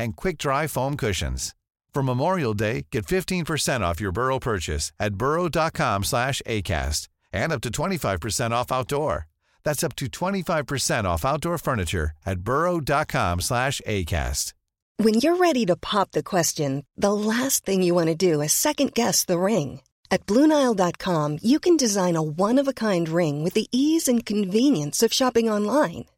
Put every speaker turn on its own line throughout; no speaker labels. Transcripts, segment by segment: and quick-dry foam cushions. For Memorial Day, get 15% off your Burrow purchase at burrow.com slash ACAST and up to 25% off outdoor. That's up to 25% off outdoor furniture at burrow.com slash ACAST.
When you're ready to pop the question, the last thing you want to do is second guess the ring. At Bluenile.com, you can design a one of a kind ring with the ease and convenience of shopping online.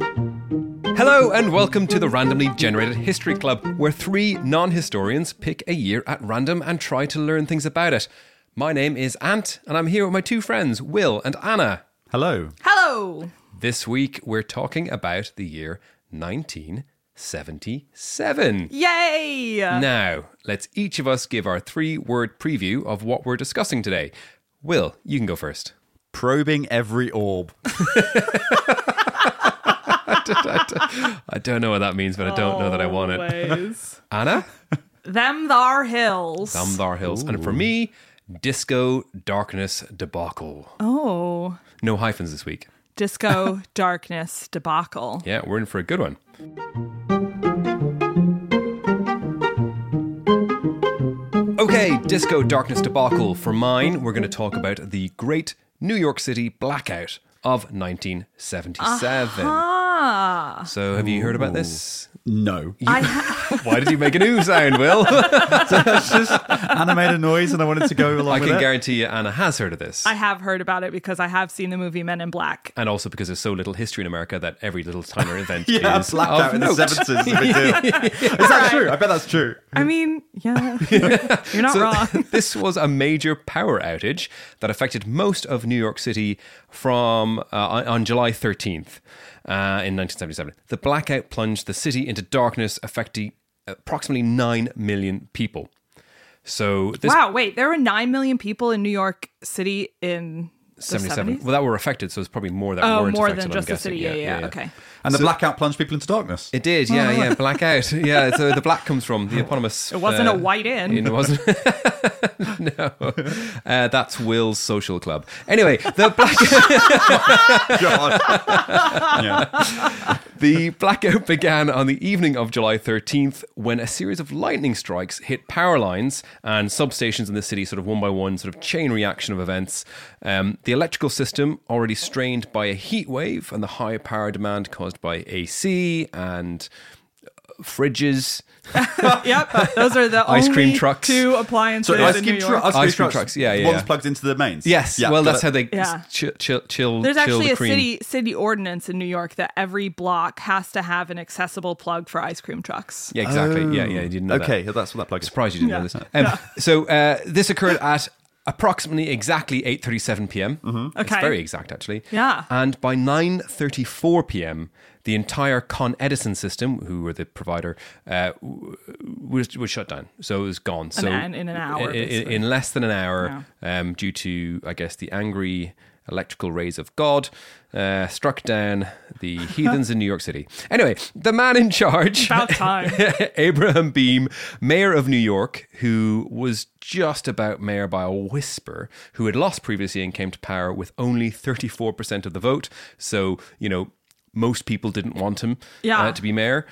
Hello, and welcome to the Randomly Generated History Club, where three non historians pick a year at random and try to learn things about it. My name is Ant, and I'm here with my two friends, Will and Anna.
Hello.
Hello.
This week, we're talking about the year 1977.
Yay.
Now, let's each of us give our three word preview of what we're discussing today. Will, you can go first.
Probing every orb.
I don't know what that means, but I don't know that I want it.
Always.
Anna?
Them thar hills.
Dumbar Hills. And for me, Disco Darkness Debacle.
oh.
No hyphens this week.
Disco darkness debacle.
Yeah, we're in for a good one. Okay, Disco Darkness Debacle. For mine, we're going to talk about the great New York City blackout of 1977.
Ah.
So, have you heard about this?
No.
I ha-
Why did you make an ooh sound, Will?
That's just Anna made a noise and I wanted to go along
I
with
can
it.
guarantee you Anna has heard of this.
I have heard about it because I have seen the movie Men in Black.
and also because there's so little history in America that every little timer event
yeah,
is
blackout
of
in
note.
the 70s is a big deal. Is that true? I bet that's true.
I mean, yeah. You're not wrong.
this was a major power outage that affected most of New York City from uh, on- on July 13th uh, in 1977. The blackout plunged the city into darkness, affecting approximately 9 million people. So this
Wow, wait, there were 9 million people in New York City in the
77
70s?
well that were affected so it's probably more that
Oh,
weren't
more
affected,
than
I'm
just the
guessing.
city. Yeah, yeah, Okay.
And the blackout plunged people into darkness.
It did, yeah, yeah. Blackout. Yeah, so the black comes from the eponymous.
It wasn't a white inn.
It wasn't. no. Uh, that's Will's social club. Anyway, the black.
God. yeah.
The blackout began on the evening of July 13th when a series of lightning strikes hit power lines and substations in the city, sort of one by one, sort of chain reaction of events. Um, the electrical system, already strained by a heat wave and the high power demand caused by AC and fridges,
Yep. Those are the
Ice
only
cream trucks.
two appliances
So ice
in
cream,
New
tru-
York.
ice,
Ice cream
trucks.
trucks, yeah, yeah,
One's
yeah.
plugged into the mains.
Yes.
Yeah,
well,
got
that's
it.
how they
Yeah.
chill, chill, chill.
There's
chill
actually
the
a
cream.
city city ordinance in New York that every block has to have an accessible plug for ice cream trucks.
Yeah, exactly. Yeah, yeah. You didn't know that.
Oh, Okay, that's what that plug is.
Surprised you didn't know this. Um, So uh, this occurred at approximately exactly 8.37 p.m. Mm-hmm. It's
Okay.
very exact, actually.
Yeah.
And by 9.34 p.m., the entire Con Edison system, who were the provider, uh, w- was, was shut down. So it was gone. so
an- in an hour,
i- i- In,
basically.
less than an hour, um, due to, I guess, the angry electrical rays of God, uh, struck down the heathens in New York City. Anyway, the man in charge...
About time.
Abraham Beam, mayor of New York, who was just about mayor by a whisper, who had lost previously and came to power with only 34% of the vote. So, you know, most people didn't want him
Yeah.
uh, to be mayor.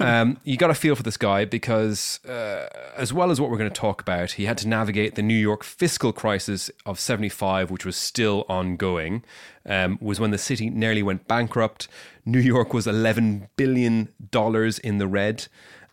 um, you got a feel for this guy because, uh, as well as what we're going to talk about, he had to navigate the New York fiscal crisis of 75, which was still ongoing, um, was when the city nearly went bankrupt. New York was $11 billion in the red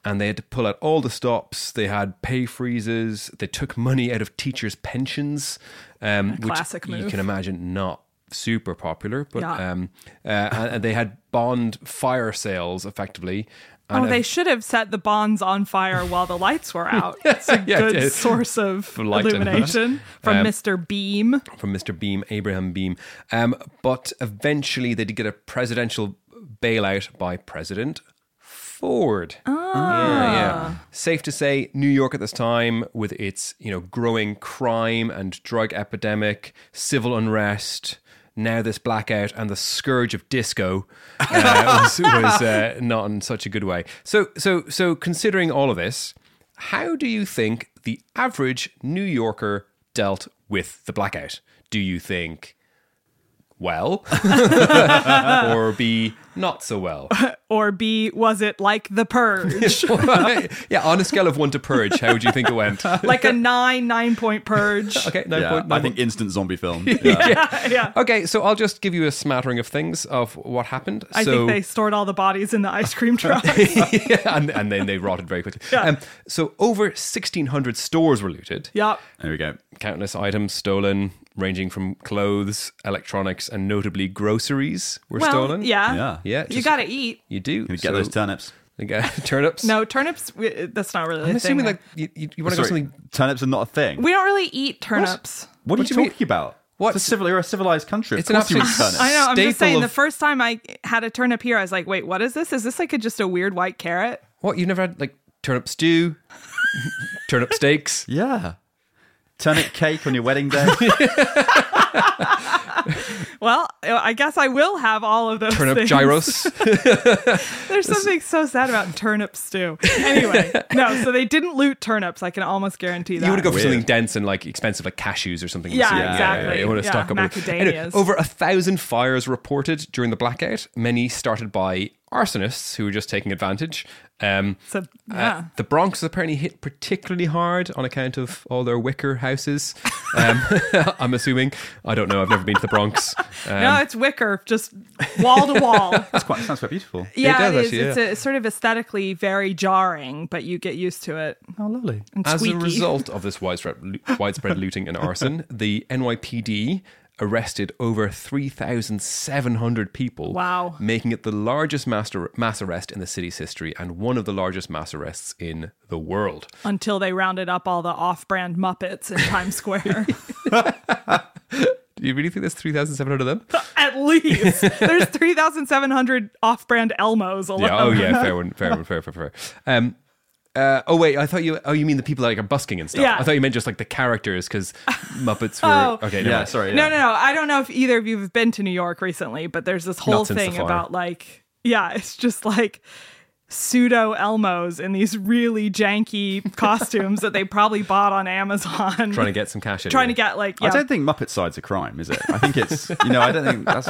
and they had to pull out all the stops. They had pay freezes. They took money out of teachers' pensions, um, which
classic
you
move.
can imagine not super popular. But
Yeah.
um, uh, and, and they had bond fire sales effectively. And
Oh, they should have set the bonds on fire while the lights were out. It's a
Yeah,
good
yeah.
source of
light and-
illumination from
Um,
Mr. Beam.
from Mr. Beam, Abraham Beam. Um, but eventually they did get a presidential bailout by President Ford. Yeah, yeah. Safe to say, New York at this time, with its you know growing crime and drug epidemic, civil unrest, now this blackout and the scourge of disco, uh, was, was uh, not in such a good way. So, so, so considering all of this, how do you think the average New Yorker dealt with the blackout? Do you think? Well, or be not so well.
Or B, was it like the purge?
yeah, on a scale of one to purge, how would you think it went?
like a nine, nine point purge.
Okay, no
Yeah,
point. no
I think
point.
instant zombie film.
yeah.
Okay, so I'll just give you a smattering of things of what happened.
I
so,
think they stored all the bodies in the ice cream truck.
yeah, and, and then they rotted very quickly. Um, so over 1,600 stores were looted.
yep.
There we go.
Countless items stolen, ranging from clothes, electronics, and notably groceries were
Well,
stolen.
yeah.
Yeah.
Yeah.
You
just-
got to eat.
You do.
Can we get
So-
those turnips?
you got turnips.
No, turnips, we, that's not really
I'm
a
assuming
thing.
like you, you, want to go
Sorry,
something.
turnips are not a thing.
we don't really eat turnips.
what
What
are you
do you mean?
talking about?
What?
It's a civil, you're a civilized country. Of
It's an
course you eat
absolute-
turnips.
I know. I'm just
Staple
saying. the
of-
first time I had a turnip here, I was like, "Wait, what is this? Is this like a, just a weird white carrot?"
What you've never had like turnip stew, turnip steaks.
Yeah. Turnip cake on your wedding day.
Well, I guess I will have all of those.
Turnip
things.
gyros.
There's something so sad about turnip stew. Anyway, no. So they didn't loot turnips. I can almost guarantee that.
You would have gone for
Weird.
something dense and like expensive, like cashews or something.
Yeah,
exactly.
You would have
Yeah,
stuck up with- Anyway,
macadamias.
over a thousand fires reported during the blackout. Many started by arsonists who were just taking advantage. Um,
So,
uh,
yeah.
the Bronx was apparently hit particularly hard on account of all their wicker houses. Um, I'm assuming. I don't know. I've never been to the Bronx.
no, it's wicker, just wall to wall.
That's quite, sounds quite beautiful.
Yeah,
does
it is.
actually,
it's
yeah.
a, it's sort of aesthetically very jarring, but you get used to it.
Oh, lovely.
And
As a
squeaky.
result of this widespread, lo- widespread looting and arson, the NYPD arrested over 3,700 people.
Wow.
Making it the largest mass, mass arrest in the city's history and one of the largest mass arrests in the world.
until they rounded up all the off-brand Muppets in Times Square.
Do you really think there's 3,700 of them?
At least there's 3,700 off-brand Elmos alone.
Yeah, oh, yeah, fair one, fair one, fair, fair, fair. Um, uh, oh wait, I thought you. Oh, you mean the people that like are busking and stuff?
Yeah.
I thought you meant just like the characters because Muppets were
Oh.
okay. never
Yeah,
mind.
sorry.
No,
yeah.
no, no. I don't know if either of you have been to New York recently, but there's this whole
Not since the
thing
fire.
about like, yeah, it's just like pseudo Elmos in these really janky costumes that they probably bought on Amazon,
Trying to get some cash.
trying to
anyway.
get like,
I
yeah,
don't think Muppet side's a crime, is it? I think it's, you know, I don't think that's.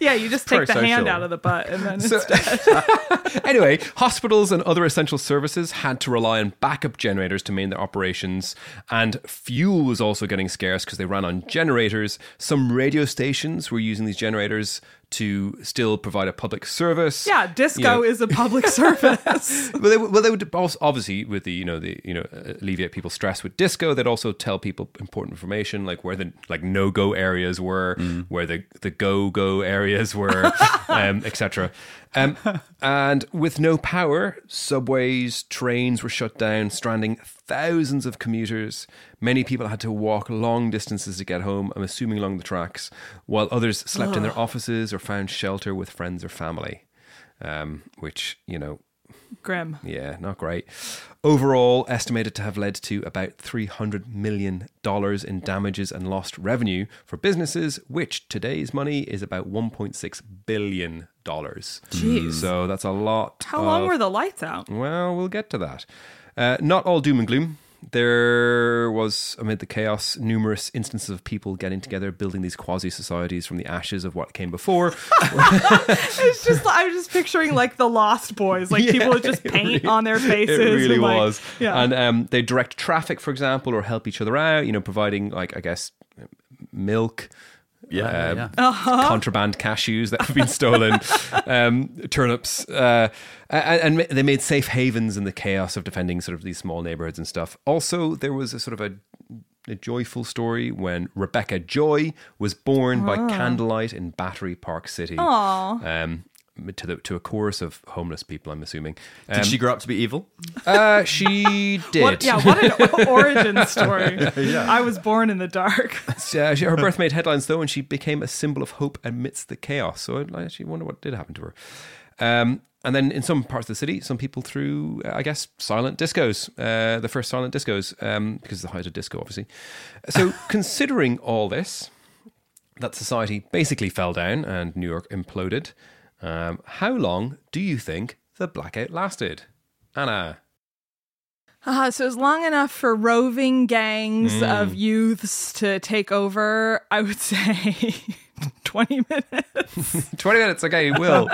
yeah, you just take the hand
pro-social.
out of the butt and then it's
Anyway, hospitals and other essential services had to rely on backup generators to main their operations, and fuel was also getting scarce because they ran on generators. Some radio stations were using these generators to still provide a public service.
yeah, disco
You know,
is a public service.
well, they, would- well, they would also, obviously with the you know the you know uh, alleviate people's stress with disco. They'd also tell people important information like where the like no go areas were, where the the go go areas were, um, etc. Um, and with no power, subways, trains were shut down, stranding thousands of commuters. Many people had to walk long distances to get home. I'm assuming along the tracks, while others slept in their offices or found shelter with friends or family. Um, which you know
Grim.
yeah, not great. Overall, estimated to have led to about $300 million in damages and lost revenue for businesses, which today's money is about $1.6 billion. Jeez. So that's a lot.
How
of-
long were the lights out?
Well, we'll get to that. Uh, not all doom and gloom. There was, amid the chaos, numerous instances of people getting together, building these quasi societies from the ashes of what came before.
It's just I was just picturing like the Lost Boys, like people with just paint on their faces.
It really
and, like-
was.
Yeah.
And um, they direct traffic, for example, or help each other out, you know, providing, like, I guess, milk.
Yeah, yeah,
um,
yeah.
Uh-huh.
contraband cashews that have been stolen, um, turnips, uh, and, and ma- they made safe havens in the chaos of defending sort of these small neighborhoods and stuff. Also, there was a sort of a, a joyful story when Rebecca Joy was born by
Ah.
candlelight in Battery Park City. Um, to, the, to a chorus of homeless people, I'm assuming. Um,
Did she grow up to be evil?
uh, she did.
What, yeah, what an origin story. I was born in the dark.
Uh, she, her birth made headlines though, and she became a symbol of hope amidst the chaos. So I- I actually wonder what did happen to her. Um, and then in some parts of the city, some people threw, uh, I guess, silent discos, uh, the first silent discos, um, because of the height of disco, obviously. So considering all this, that society basically fell down and New York imploded, um, how long do you think the blackout lasted? Anna.
Uh, so it was long enough for roving gangs
Mm.
of youths to take over, I would say 20 minutes.
20 minutes, okay, Will.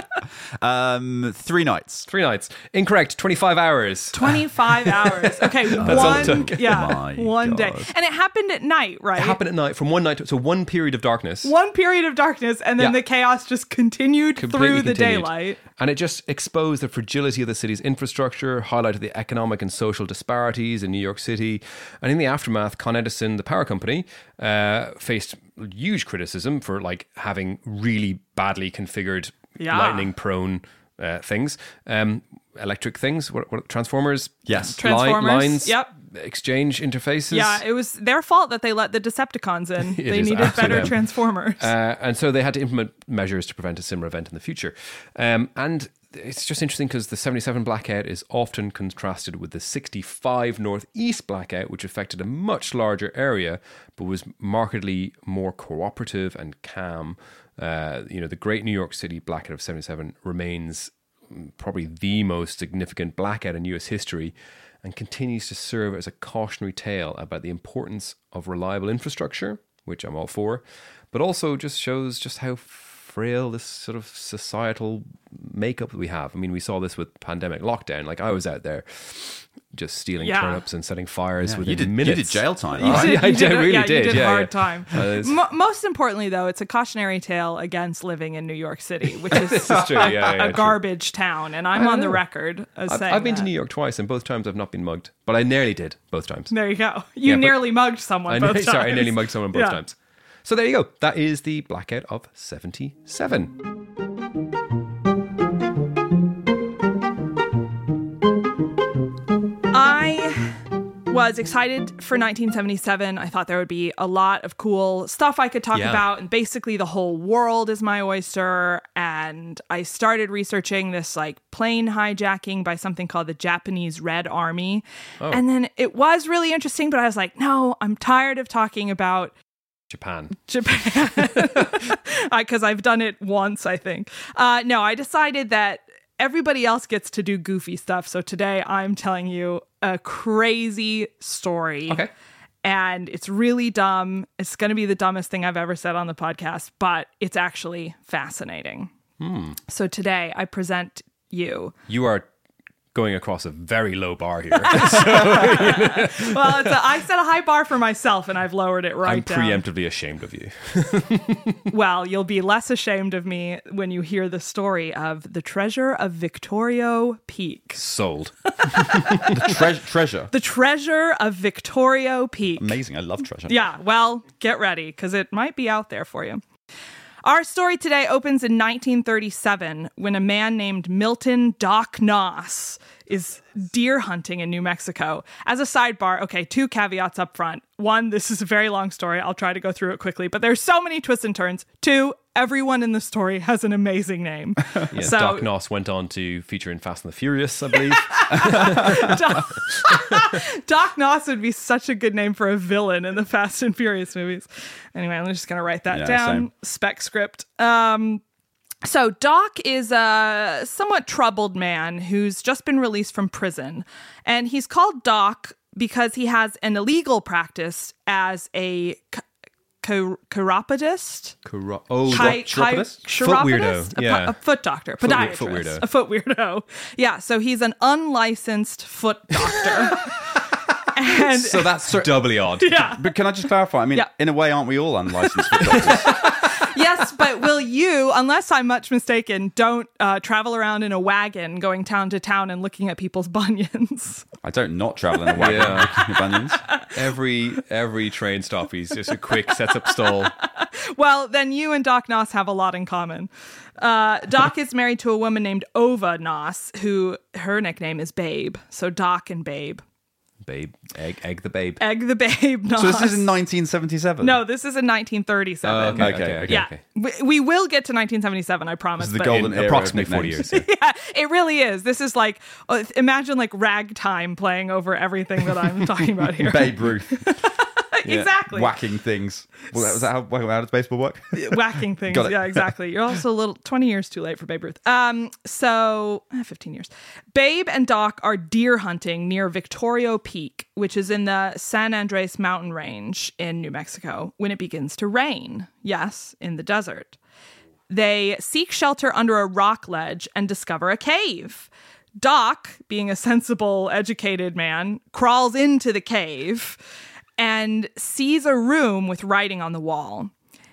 Um, three nights.
Three nights. Incorrect, 25 hours.
25 hours. Okay,
all it
one,
took.
yeah,
My
one day.
God.
And it happened at night, right?
It happened at night from one night to so one period of darkness.
one period of darkness, and then
Yeah.
the chaos just continued
completely
through the
continued.
daylight.
And it just exposed the fragility of the city's infrastructure, highlighted the economic and social disparities in New York City. And in the aftermath, Con Edison, the power company, uh, faced huge criticism for like having really badly configured
Yeah.
lightning prone uh, things, um, electric things, what, what, transformers,
Yes.
li-
Transformers,
lines,
yep.
exchange interfaces.
Yeah, it was their fault that they let the Decepticons in.
It
they
is
needed
absolutely
better
them.
Transformers.
Uh, and so they had to implement measures to prevent a similar event in the future. Um, and it's just interesting because the 77 blackout is often contrasted with the 65 Northeast blackout, which affected a much larger area but was markedly more cooperative and calm. Uh, you know, the Great New York City blackout of 77 remains probably the most significant blackout in US history and continues to serve as a cautionary tale about the importance of reliable infrastructure, which I'm all for, but also just shows just how frail this sort of societal makeup that we have. I mean, we saw this with pandemic lockdown. Like I was out there just stealing
Yeah.
turnips and setting fires within
You did,
minutes.
you did jail time.
I-
right?
I did- really
yeah,
did,
You did
yeah,
hard
yeah. Uh,
time.
it's-
Mo- most importantly, though, it's a cautionary tale against living in New York City, which is,
is true, yeah,
a,
yeah,
a
true.
garbage town. And I'm on the record as
I've,
saying
I've been to
that.
New York twice, and both times I've not been mugged, but I nearly did both times.
There you go. You
Yeah, but-
nearly mugged someone.
I
both
nearly, sorry, I
times.
nearly mugged someone both
Yeah.
times. So there you go. That is the blackout of 77.
I was excited for 1977. I thought there would be a lot of cool stuff I could talk
Yeah.
about. And basically, the whole world is my oyster. And I started researching this like plane hijacking by something called the Japanese Red Army. And then it was really interesting, but I was like, no, I'm tired of talking about
Japan.
Japan because I've done it once, I think. Uh, no, I decided that everybody else gets to do goofy stuff. So today I'm telling you a crazy story.
Okay.
And it's really dumb. It's going to be the dumbest thing I've ever said on the podcast, but it's actually fascinating.
Hmm.
So today I present you.
You are going across a very low bar here.
Well, it's a, I set a high bar for myself and I've lowered it right
I'm
down.
preemptively ashamed of you.
Well, you'll be less ashamed of me when you hear the story of the treasure of Victorio Peak.
Sold.
Treas- treasure.
The treasure of Victorio Peak.
Amazing. I love treasure.
Yeah, well, get ready because it might be out there for you. Our story today opens in 1937 when a man named Milton Doc Noss is deer hunting in New Mexico. As a sidebar, okay, two caveats up front. One, this is a very long story. I'll try to go through it quickly, but there's so many twists and turns. Two, everyone in the story has an amazing name.
Yeah,
So-
Doc Noss went on to feature in Fast and the Furious, I believe.
Doc, Doc Noss would be such a good name for a villain in the Fast and Furious movies. Anyway, I'm just going to write that
Yeah,
down.
same.
Spec script. Um, so Doc is a somewhat troubled man who's just been released from prison, and he's called Doc because he has an illegal practice as a ch- ch- chiropodist.
Chiro- oh, chi-
Chi- chi-
Foot
chiropodist?
weirdo.
A,
Yeah.
po- a foot doctor, podiatrist,
foot weirdo.
a foot weirdo. Yeah, so he's an unlicensed foot doctor. And
So that's doubly odd.
yeah.
But can I just clarify? I mean,
Yeah.
in a way, aren't we all unlicensed photographers?
yes, but will you, unless I'm much mistaken, don't uh, travel around in a wagon going town to town and looking at people's bunions?
I don't not travel in a wagon.
Yeah.
with bunions.
Every every train stop, he's just a quick sets up stall.
well, then you and Doc Noss have a lot in common. Uh, Doc is married to a woman named Ova Noss, who her nickname is Babe. So Doc and Babe.
Babe, egg, egg the babe.
Egg the Babe Noss.
So this is in 1977.
No, this is in 1937.
Oh, okay,
Okay,
okay, okay.
yeah.
okay.
We, we will get to 1977, I
this
promise.
is the
but-
In
golden era of
approximately 40
nicknames.
years.
yeah, it really is. This is like, uh, imagine like ragtime playing over everything that I'm talking about here.
Babe Ruth
exactly.
whacking things. Well, that was that how, how does baseball work?
whacking things.
Got it.
Yeah, exactly. You're also a little 20 years too late for Babe Ruth. Um, so eh, 15 years. Babe and Doc are deer hunting near Victorio Peak, which is in the San Andres mountain range in New Mexico, when it begins to rain. Yes, in the desert. They seek shelter under a rock ledge and discover a cave. Doc, being a sensible, educated man, crawls into the cave and sees a room with writing on the wall.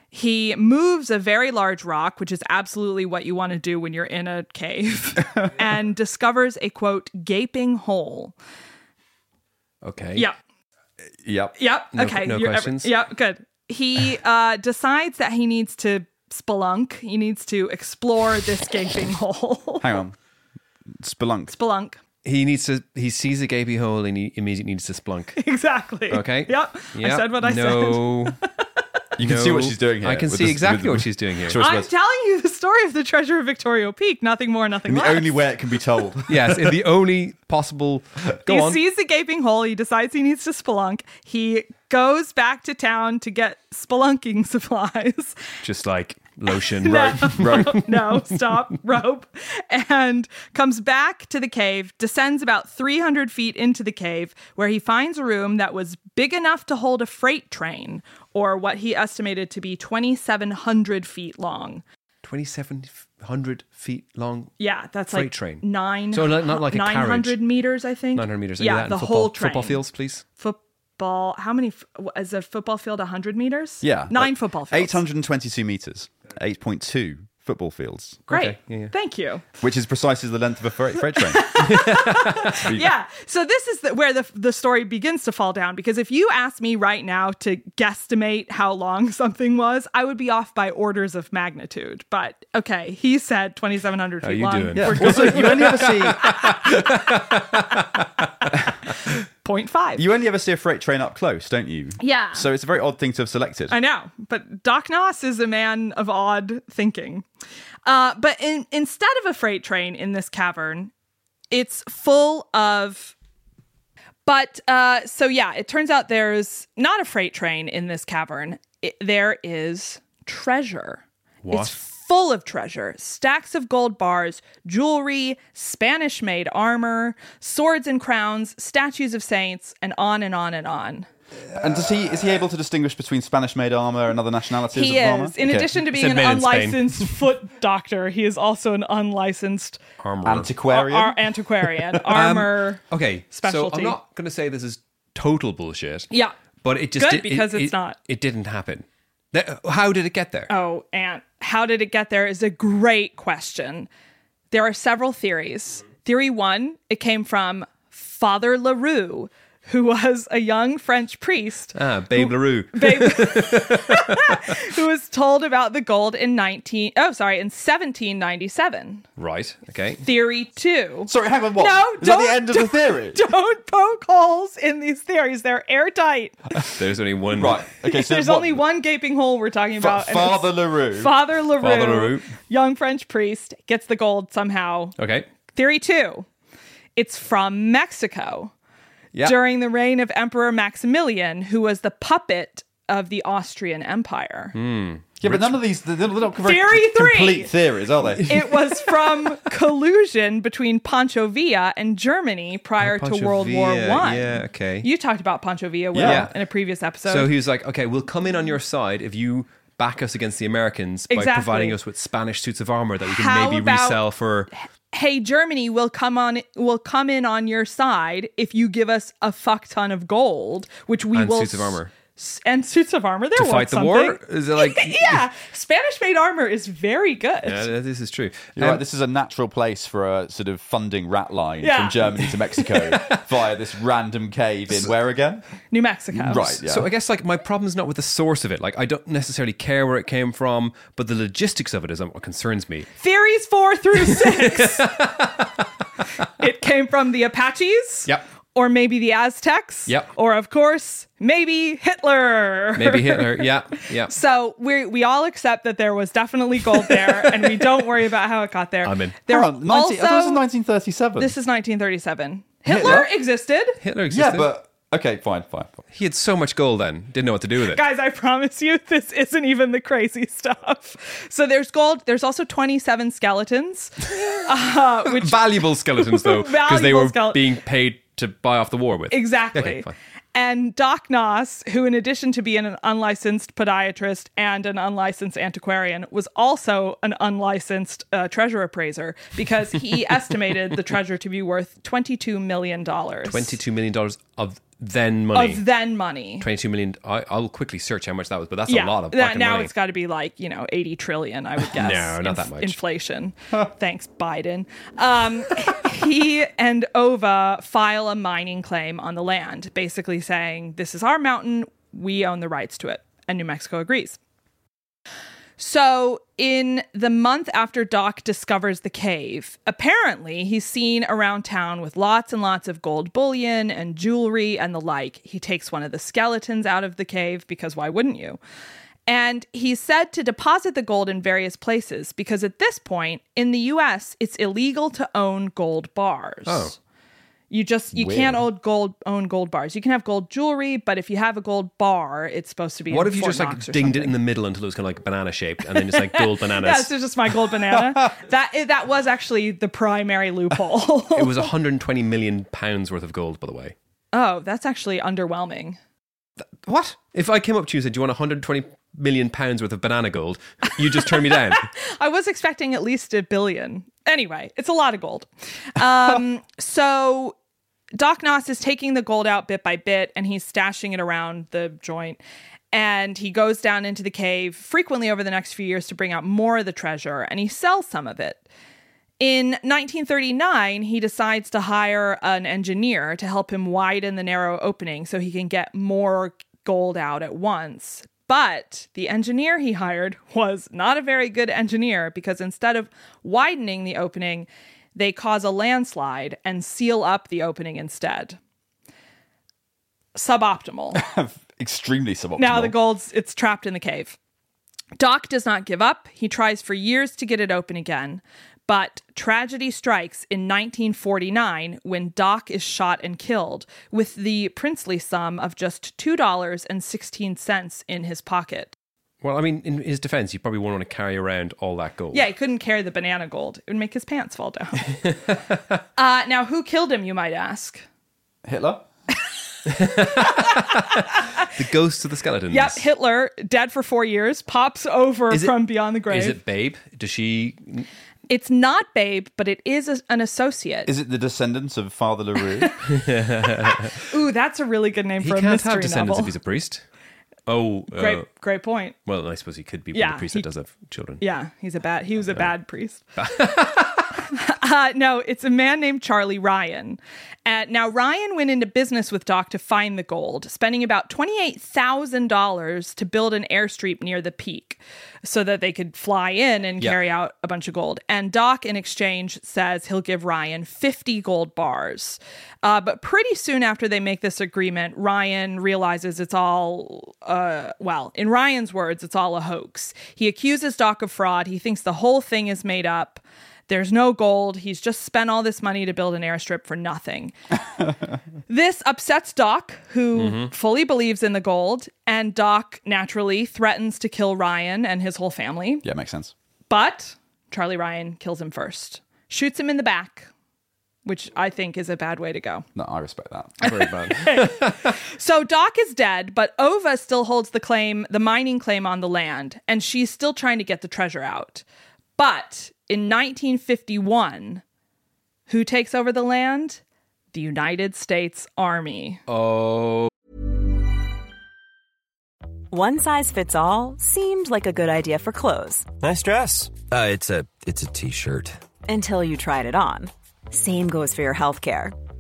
He moves a very large rock, which is absolutely what you want to do when you're in a cave, and discovers a quote, gaping hole.
Okay.
Yeah.
yep.
Yep.
No-
okay.
no
You're ever-
questions?
yep. Good. He uh, decides that he needs to spelunk. He needs to explore this gaping hole.
Hang on. Spelunk.
spelunk.
He needs to. He sees a gapy hole and he immediately needs to splunk.
Exactly.
Okay.
Yep. I
Yep.
said what I said.
no.
You can see what she's doing here.
I can
with
see
this-
exactly
with-
what she's doing here.
Choice
I'm
words.
telling you the story of the treasure of Victorio Peak. Nothing more, nothing
And
less.
the only way it can be told.
yes, in the only possible. Go
he
on.
sees the gaping hole. He decides he needs to spelunk. He goes back to town to get spelunking supplies.
Just like lotion.
Rope. no, stop. Rope. And comes back to the cave, descends about 300 feet into the cave, where he finds a room that was big enough to hold a freight train, or what he estimated to be 2,700 feet long.
Twenty-seven hundred feet long.
Yeah, that's
Freight
like
train.
nine.
So not- not like a
900
carriage.
meters, I think.
Nine hundred meters.
Yeah,
that
the
and football,
whole train.
football fields, please.
Football. How many f- is a football field? 100 meters?
Yeah.
nine
like
football fields.
822 meters. 8.2 football fields.
Great.
Okay, yeah, yeah.
Thank you.
Which is precisely the length of a freight, freight train.
yeah. So this is the, where the the story begins to fall down because if you asked me right now to guesstimate how long something was, I would be off by orders of magnitude. But okay, he said twenty seven hundred feet
you
long.
doing?
Yeah.
We're
Also,
good.
you only ever see
Point five.
you only ever see a freight train up close, don't you?
Yeah.
So it's a very odd thing to have selected.
I know, but Doc Noss is a man of odd thinking. Uh, but in, instead of a freight train in this cavern, it's full of. But uh, so yeah, it turns out there's not a freight train in this cavern. It, there is treasure. It's full of treasure stacks of gold bars, jewelry, Spanish made armor, swords and crowns, statues of saints, and on and on and on.
And does he is he able to distinguish between Spanish made armor and other nationalities
He
of armor?
is. In
Okay.
addition to being
Said
an
man in Spain.
unlicensed foot doctor, he is also an unlicensed
antiquarian.
ar- antiquarian
Um,
armor.
Okay, so
Specialty.
I'm not going to say this is total bullshit.
Yeah.
but it just
Good,
did- it-
because it's
it-
not.
It didn't happen. That- how did it get there?
Oh, Ant, how did it get there is a great question. There are several theories. Theory one, it came from Father LaRue, who was a young French priest
Ah, Babe Larue.
babe who was told about the gold in 19 oh sorry in 1797
Right. Okay.
theory 2
Sorry, hang on. What? is
No,
that
don't-
the end of the theory?
don't poke holes in these theories. They're airtight.
There's only one.
Right. Okay. So
There's
what-
only one gaping hole we're talking
Fa-
about. and it's
Father Larue.
Father LaRue,
Father LaRue.
young French priest, gets the gold somehow.
Okay.
Theory two it's from Mexico
Yeah.
during the reign of Emperor Maximilian, who was the puppet of the Austrian Empire.
Hmm.
yeah, but none of these they're not very
Theory three.
complete theories, are they?
It was from collusion between Pancho Villa and Germany prior to
Oh, Pancho
World War
Villa,
One.
yeah, okay.
You talked about Pancho Villa Will,
Yeah.
in a previous episode.
So he was like, okay, we'll come in on your side if you back us against the Americans by
Exactly.
providing us with Spanish suits of armor that we can
How
maybe
about-
resell for
hey Germany will come on will come in on your side if you give us a fuck ton of gold, which we
And
will
suits of armor.
s- and suits of armor. There
to fight the war? Is it like?
yeah, Spanish made armor is very good.
Yeah, this is true.
You're
Um,
right, this is a natural place for a sort of funding rat line
Yeah.
from Germany to Mexico via this random cave in where again?
New Mexico.
Right, yeah.
So I guess like my problem's not with the source of it. Like I don't necessarily care where it came from, but the logistics of it is what concerns me.
Theories four through six. it came from the Apaches.
Yep.
Or maybe the Aztecs.
Yep.
Or of course, maybe Hitler.
Maybe Hitler. Yeah, yeah.
So we we all accept that there was definitely gold there, and we don't worry about how it got there.
I'm in.
There
Hang on, 19 I thought it was
also,
in 1937.
this is 1937. Hitler, existed.
Hitler
yeah,
existed.
but okay, fine, fine. fine.
he had so much gold then, didn't know what to do with it.
Guys, I promise you, this isn't even the crazy stuff. So there's gold. There's also 27 skeletons, uh, which
Valuable skeletons though, because they
Valuable
were
skele-
being paid to buy off the war with.
Exactly.
Okay, fine.
And Doc Noss, who, in addition to being an unlicensed podiatrist and an unlicensed antiquarian, was also an unlicensed uh, treasure appraiser because he estimated the treasure to be worth $22 million.
Twenty-two million dollars of then money.
Of then money.
Twenty-two million. I, I'll quickly search how much that was, but that's a
yeah.
lot of
Now-
fucking
now
money.
it's got to be like, you know, 80 trillion, I would guess.
No, not that much.
Inflation. Thanks, Biden. Um, he and Ova file a mining claim on the land, basically saying, this is our mountain, we own the rights to it. And New Mexico agrees. So, in the month after Doc discovers the cave, apparently he's seen around town with lots and lots of gold bullion and jewelry and the like. He takes one of the skeletons out of the cave because why wouldn't you? And he's said to deposit the gold in various places because at this point in the US, it's illegal to own gold bars.
Oh.
You just you can't own gold own gold bars. You can have gold jewelry, but if you have a gold bar, it's supposed to be.
what
in
if you
Fort
just like
Knox or
dinged it
something.
in the middle until it was kind of like banana shaped, and then just like gold bananas?
Yeah, this is just my gold banana. that it- that was actually the primary loophole.
It was 120 million pounds worth of gold, by the way.
oh, that's actually underwhelming.
What? If I came up to you and said, Do you want 120 million pounds worth of banana gold? You just turn me down.
I was expecting at least a billion. Anyway, it's a lot of gold. Um, so Doc Noss is taking the gold out bit by bit and he's stashing it around the joint. And he goes down into the cave frequently over the next few years to bring out more of the treasure and he sells some of it. In 1939, he decides to hire an engineer to help him widen the narrow opening so he can get more gold out at once. But the engineer he hired was not a very good engineer because instead of widening the opening, they cause a landslide and seal up the opening instead. Suboptimal.
Extremely suboptimal.
Now the gold's it's trapped in the cave. Doc does not give up. He tries for years to get it open again, but tragedy strikes in 1949 when Doc is shot and killed with the princely sum of just $2.16 in his pocket.
Well, I mean, in his defense, you probably wouldn't want to carry around all that gold.
Yeah, he couldn't carry the banana gold. It would make his pants fall down. uh, now, who killed him, you might ask?
Hitler?
The ghosts of the skeletons.
Yep, Hitler, dead for four years, pops over
Is it-
from beyond the grave.
Is it Babe? Does she.
it's not Babe, but it is a, an associate.
Is it the descendants of Father LaRue?
Ooh, that's a really good name
He
for a
can't
mystery
have descendants
novel.
if he's a priest. Oh, uh,
great, great point.
well, I suppose he could be
Yeah,
a priest
he-
that does have children.
Yeah, he's a bad. He was a bad priest. uh, no, it's a man named Charlie Ryan. Uh, now Ryan went into business with Doc to find the gold, spending about twenty eight thousand dollars to build an airstrip near the peak, so that they could fly in and
Yeah.
carry out a bunch of gold. And Doc, in exchange, says he'll give Ryan fifty gold bars. Uh, but pretty soon after they make this agreement, Ryan realizes it's all uh, well, in Ryan's words, it's all a hoax. He accuses Doc of fraud. He thinks the whole thing is made up. There's no gold. He's just spent all this money to build an airstrip for nothing. this upsets Doc, who fully believes in the gold, and Doc naturally threatens to kill Ryan and his whole family.
yeah, makes sense.
But Charlie Ryan kills him first, shoots him in the back, which I think is a bad way to go.
No, I respect that.
Very bad.
So Doc is dead, but Ova still holds the claim, the mining claim on the land, and she's still trying to get the treasure out. But in 1951, Who takes over the land? The United States Army.
Oh,
One size fits all seemed like a good idea for clothes
Nice dress. Uh, it's a it's a t-shirt.
until you tried it on. Same goes for your healthcare.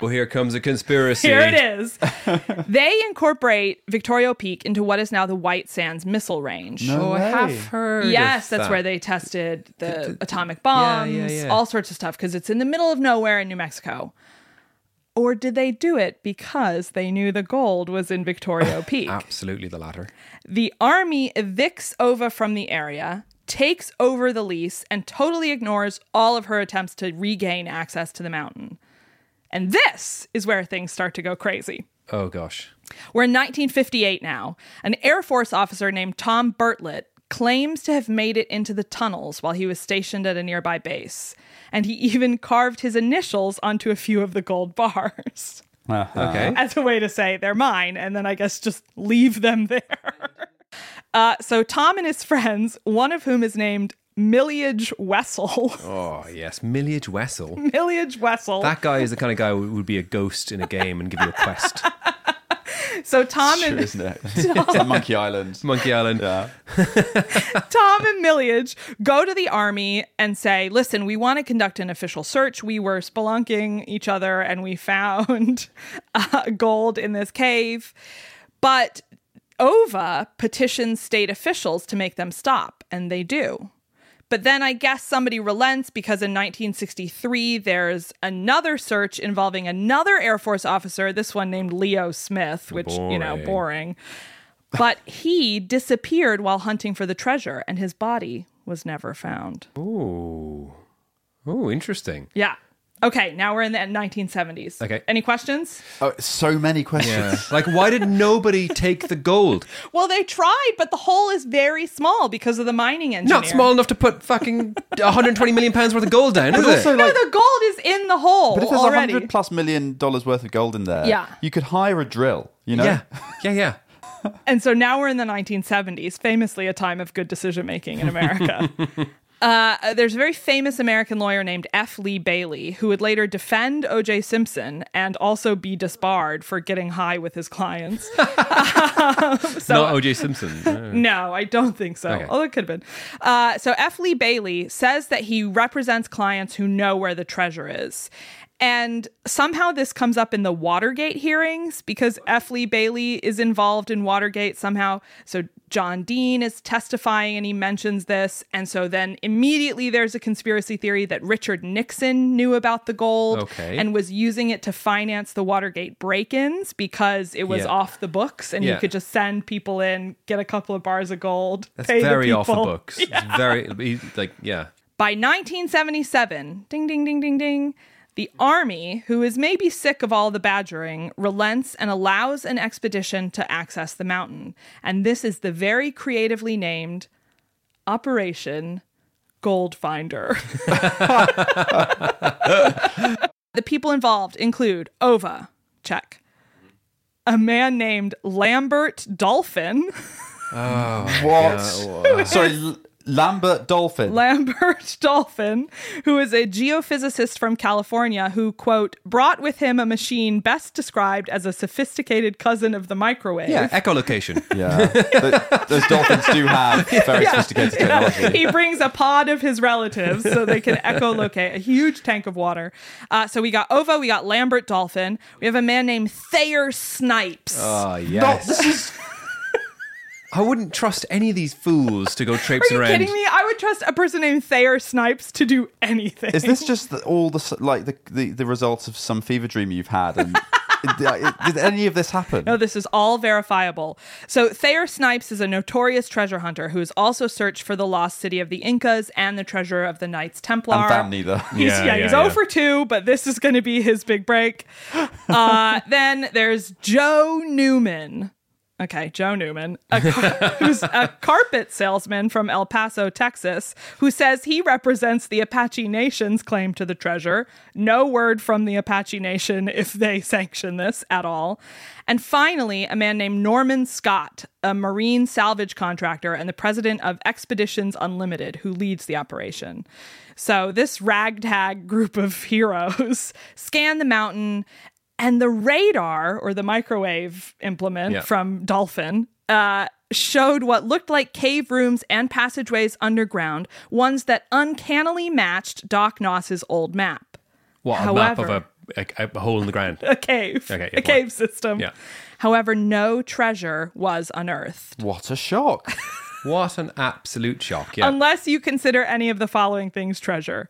well, here comes a conspiracy.
Here it is. they incorporate Victoria Peak into what is now the White Sands Missile Range.
No
Oh, I
way.
have heard.
Yes,
of
that's
that.
where they tested the atomic
yeah,
bombs,
yeah, yeah.
all sorts of stuff, because it's in the middle of nowhere in New Mexico. Or did they do it because they knew the gold was in Victoria Peak?
Absolutely the latter.
The army evicts Ova from the area, takes over the lease, and totally ignores all of her attempts to regain access to the mountain. And this is where things start to go crazy.
Oh, gosh.
We're in 1958 now. An Air Force officer named Tom Bartlett claims to have made it into the tunnels while he was stationed at a nearby base. And he even carved his initials onto a few of the gold bars
Uh,
Okay.
as a way to say they're mine and then I guess just leave them there. Uh, so Tom and his friends, one of whom is named Milliage Wessel.
Oh, yes. Milliage Wessel.
Milliage Wessel.
That guy is the kind of guy who would be a ghost in a game and give you a quest.
so Tom
True,
and
isn't it? it's like Monkey Island.
Monkey Island.
Yeah.
Tom and Milliage go to the army and say, listen, we want to conduct an official search. We were spelunking each other and we found uh, gold in this cave. But Ova petitions state officials to make them stop, and they do. But then I guess somebody relents because in 1963, there's another search involving another Air Force officer, this one named Leo Smith, which, you know,
Boring.
boring. But he disappeared while hunting for the treasure, and his body was never found.
Oh. Oh, interesting.
Yeah. Okay, now we're in the 1970s.
Okay.
Any questions?
Oh, so many questions.
Yeah. like, why did nobody take the gold?
Well, they tried, but the hole is very small because of the mining engineer.
Not small enough to put fucking 120 million pounds worth of gold down, is
But also,
it?
No,
like,
the gold is in the hole
but if there's a
already.
hundred plus million dollars worth of gold in there,
Yeah.
you could hire a drill. You know,
Yeah. Yeah, yeah.
And so now we're in the 1970s, famously a time of good decision making in America. uh, there's a very famous American lawyer named F. Lee Bailey who would later defend O.J. Simpson and also be disbarred for getting high with his clients. so,
Not O.J. Simpson. No.
no, I don't think so.
Okay.
Although it could have been. Uh, so F. Lee Bailey says that he represents clients who know where the treasure is. And somehow this comes up in the Watergate hearings because F. Lee Bailey is involved in Watergate somehow. So John Dean is testifying and he mentions this. And so then immediately there's a conspiracy theory that Richard Nixon knew about the gold
Okay.
and was using it to finance the Watergate break ins because it was
Yeah.
off the books and you
Yeah.
could just send people in, get a couple of bars of gold.
That's
pay
very
the
off the
people.
books. It's very, he's like, yeah.
By 1977, ding, ding, ding, ding, ding, the army, who is maybe sick of all the badgering, relents and allows an expedition to access the mountain. And this is the very creatively named Operation Gold Finder. the people involved include Ova, check. A man named Lambert Dolphin.
what? oh, Sorry, L- Lambert Dolphin.
Lambert Dolphin, who is a geophysicist from California, who, quote, brought with him a machine best described as a sophisticated cousin of the microwave.
Yeah, echolocation.
yeah, Th- those dolphins do have very sophisticated technology.
he brings a pod of his relatives so they can echolocate a huge tank of water. Uh, so we got Ova, we got Lambert Dolphin, we have a man named Thayer Snipes.
Ah,
No,
yes.
this is.
I wouldn't trust any of these fools to go traipsing
Are you
around.
kidding me? I would trust a person named Thayer Snipes to do anything.
Is this just the, all the s- like the, the the results of some fever dream you've had? And did, did any of this happen?
No, this is all verifiable. So Thayer Snipes is a notorious treasure hunter who has also searched for the lost city of the Incas and the treasure of the Knights Templar.
And found neither.
He's, yeah,
Yeah, yeah,
he's
yeah.
0 for 2, but this is going to be his big break. Uh, then there's Joe Newman. Okay, Joe Newman, a car- who's a carpet salesman from El Paso, Texas, who says he represents the Apache Nation's claim to the treasure. No word from the Apache Nation if they sanction this at all. And finally, a man named Norman Scott, a marine salvage contractor and the president of Expeditions Unlimited, who leads the operation. So, this ragtag group of heroes scan the mountain and the radar or the microwave implement
Yeah.
from um, Dolphin uh, showed what looked like cave rooms and passageways underground, ones that uncannily matched Doc Noss's old map.
What, a
However-
map of a, a, a hole in the ground?
A cave,
Okay, yeah, fine.
a cave system.
Yeah.
However, no treasure was unearthed.
What a shock. what an absolute shock, yeah.
Unless you consider any of the following things treasure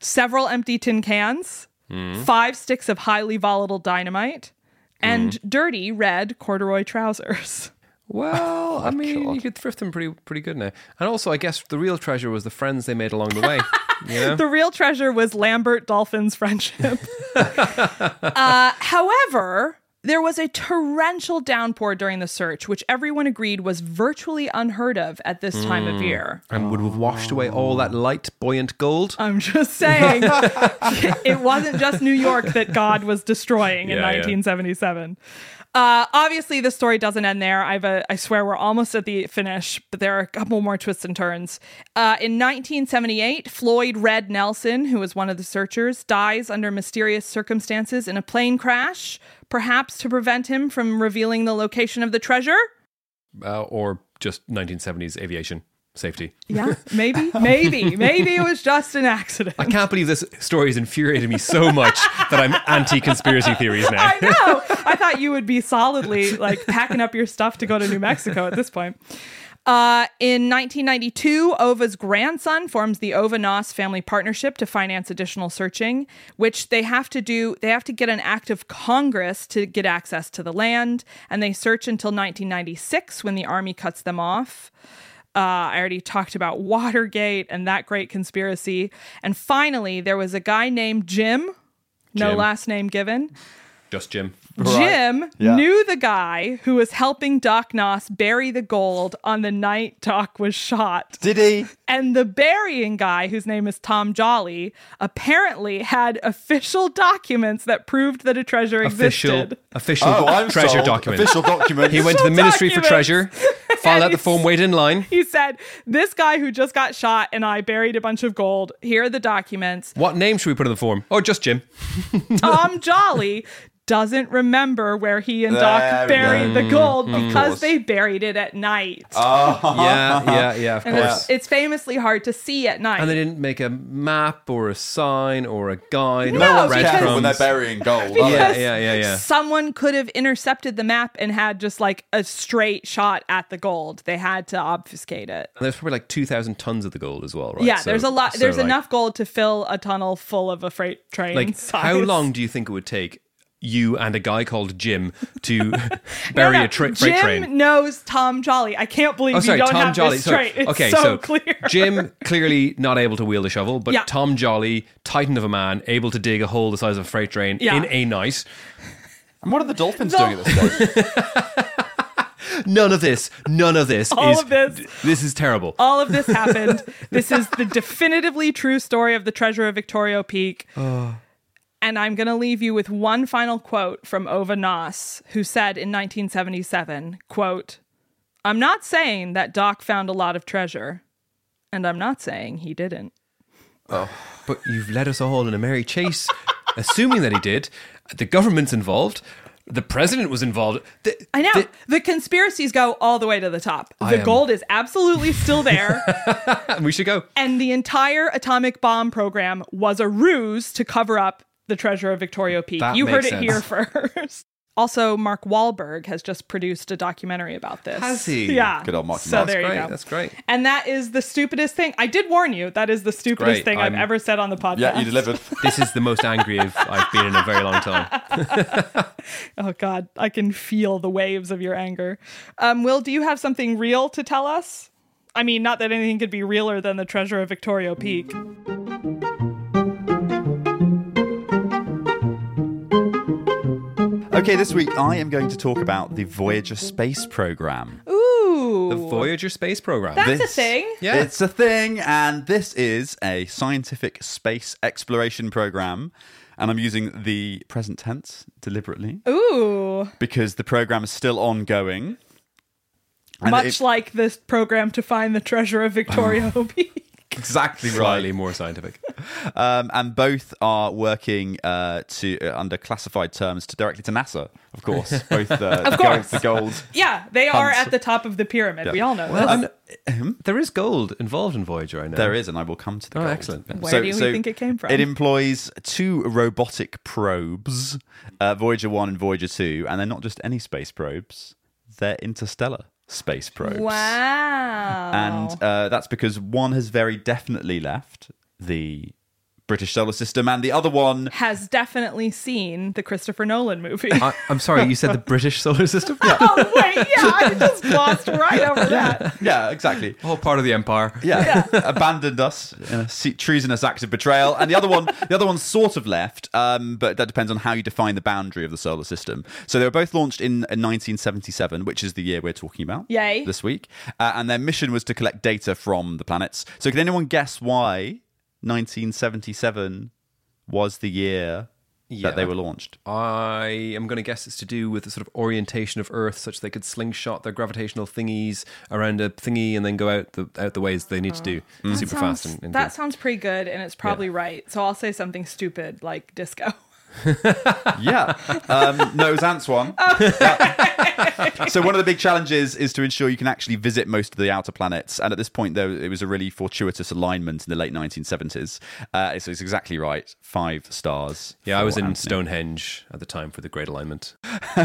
several empty tin cans,
Mm.
five sticks of highly volatile dynamite, and
Hmm.
dirty red corduroy trousers. Oh
Well, I mean, you could thrift them pretty pretty good now. And also, I guess the real treasure was the friends they made along the way. you know?
The real treasure was Lambert Dolphin's friendship. uh, however, there was a torrential downpour during the search, which everyone agreed was virtually unheard of at this time of
Mm.
year.
And would have washed away all that light, buoyant gold.
I'm just saying, it wasn't just New York that God was destroying in
Yeah, yeah.
1977. Uh, obviously, the story doesn't end there. I've a, I swear we're almost at the finish, but there are a couple more twists and turns. Uh, in 1978, Floyd Red Nelson, who was one of the searchers, dies under mysterious circumstances in a plane crash, perhaps to prevent him from revealing the location of the treasure.
Uh, or just 1970s aviation safety.
Yeah, maybe, maybe, maybe it was just an accident.
I can't believe this story has infuriated me so much that I'm anti conspiracy theories now.
I know. I thought you would be solidly like packing up your stuff to go to New Mexico at this point. Uh, in 1992, Ova's grandson forms the Ova Nos family partnership to finance additional searching, which they have to do. They have to get an act of Congress to get access to the land, and they search until 1996 when the army cuts them off. Uh, I already talked about Watergate and that great conspiracy. And finally, there was a guy named Jim, no
Jim.
last name given,
Just Jim.
Jim knew the guy who was helping Doc Noss bury the gold on the night Doc was shot.
Did he?
And the burying guy, whose name is Tom Jolly, apparently had official documents that proved that a treasure
Official,
existed.
official
Oh, I'm
treasure
sold.
document.
Official document.
He went to the
Official
Ministry for Treasure,
documents.
filed out the form, waited in line.
He said, This guy who just got shot and I buried a bunch of gold. Here are the documents.
What name should we put in the form? Or just Jim.
Tom Jolly doesn't remember where he and
There
Doc
we go.
buried the gold
Mm, of
because
course.
they buried it at night.
Uh-huh.
Yeah, yeah, yeah, of
and
course.
it's, it's famously hard to see at night.
And they didn't make a map or a sign or a guide.
No
or
one's careful
when
breadcrumbs.
they're burying gold,
yeah,
are
yeah,
they?
yeah, yeah.
Someone could have intercepted the map and had just like a straight shot at the gold. They had to obfuscate it.
And there's probably like 2,000 tons of the gold as well, right?
yeah,
So-
there's a lot.
so,
There's
like-
enough gold to fill a tunnel full of a freight train.
Like,
size.
how long do you think it would take you and a guy called Jim to bury
No, no,
a tra- freight
Jim
train?
knows Tom Jolly. I can't believe
Oh, sorry,
you don't
Tom
have
Jolly.
this
sorry.
straight. It's
okay,
so,
so
clear.
Jim clearly not able to wield a shovel, but
Yeah.
Tom Jolly, titan of a man, able to dig a hole the size of a freight train
Yeah.
in a night.
And what are the dolphins
The-
doing at this stage?
None of this, none of this
All
is.
of this.
This is terrible.
All of this happened. this is the definitively true story of the treasure of Victorio Peak. And I'm going to leave you with one final quote from Ova Noss, who said in 1977, quote, I'm not saying that Doc found a lot of treasure, and I'm not saying he didn't.
Oh, but you've led us all in a merry chase, assuming that he did. The government's involved. The president was involved. The,
I know. The, conspiracies go all the way to the top.
I
The
am-
gold is absolutely still there,
we should go.
and the entire atomic bomb program was a ruse to cover up the treasure of Victorio Peak.
That
you heard
makes
it here
sense.
first. Also, Mark Wahlberg has just produced a documentary about this.
Has he?
Yeah.
Good old Mark.
So
That's
there
great,
you go.
that's great.
And that is the stupidest thing. I did warn you. That is the
great.
stupidest thing i have
I'm-
ever said on the podcast.
this is the most angry I've, I've been in a very long time.
oh God, I can feel the waves of your anger. Um, Will, do you have something real to tell us? I mean, not that anything could be realer than the treasure of Victoria Peak.
Okay, this week I am going to talk about the Voyager space program.
Ooh.
The Voyager space program.
That's a thing? Yeah.
It's a thing, and this is a scientific space exploration program. And I'm using the present tense deliberately
Ooh.
because the program is still ongoing. And
Much
it-
like this program to find the treasure of Victoria Peak.
exactly
Slightly
right.
more scientific.
Um, and both are working uh, to uh, under classified terms to directly to NASA, of course. Both uh,
Of
the gold-
course.
the gold.
Yeah, they are
Hunt.
at the top of the pyramid.
Yeah.
We all know
Well,
this.
There is gold involved in Voyager, I know.
There is, and I will come to the
Oh,
gold.
excellent.
Where do you think it came from?
It employs two robotic probes, uh, Voyager 1 and Voyager 2, and they're not just any space probes, they're interstellar space probes.
Wow.
And uh, that's because one has very definitely left the British solar system, and the other one.
has definitely seen the Christopher Nolan movie.
I, I'm sorry, you said the British solar system?
oh wait, yeah, I just glossed right over that.
Yeah, exactly.
Whole part of the empire.
yeah, abandoned us in a se- treasonous act of betrayal. And the other one, the other one, sort of left, um, but that depends on how you define the boundary of the solar system. So they were both launched in uh, 1977, which is the year we're talking about.
Yay.
This week, uh, and their mission was to collect data from the planets. So can anyone guess why 1977 was the year
Yeah.
that they were launched?
I am going to guess it's to do with the sort of orientation of Earth, such they could slingshot their gravitational thingies around a thingy and then go out the out the ways they need to do super fast. And, and
Oh, that
do-
sounds pretty good, and it's probably right. So I'll say something stupid like disco.
Yeah. Um, no, it was Ant's one. so one of the big challenges is to ensure you can actually visit most of the outer planets. And at this point, though, it was a really fortuitous alignment in the late 1970s. Uh, so it's exactly right. Five stars.
yeah, I
for
was in
Anthony.
Stonehenge at the time for the Great Alignment.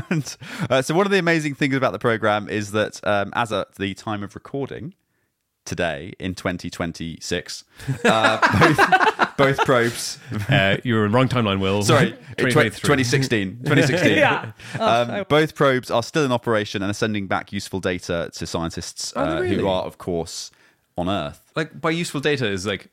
And, uh, so one of the amazing things about the program is that um, as at the time of recording today in 2026, uh, both, both probes.
Uh, you're in wrong timeline, Will.
Sorry, tw-
2023.
2016. 2016.
Yeah.
Oh,
Um, both probes are still in operation and are sending back useful data to scientists uh,
really?
who are, of course, on Earth.
like by useful data is like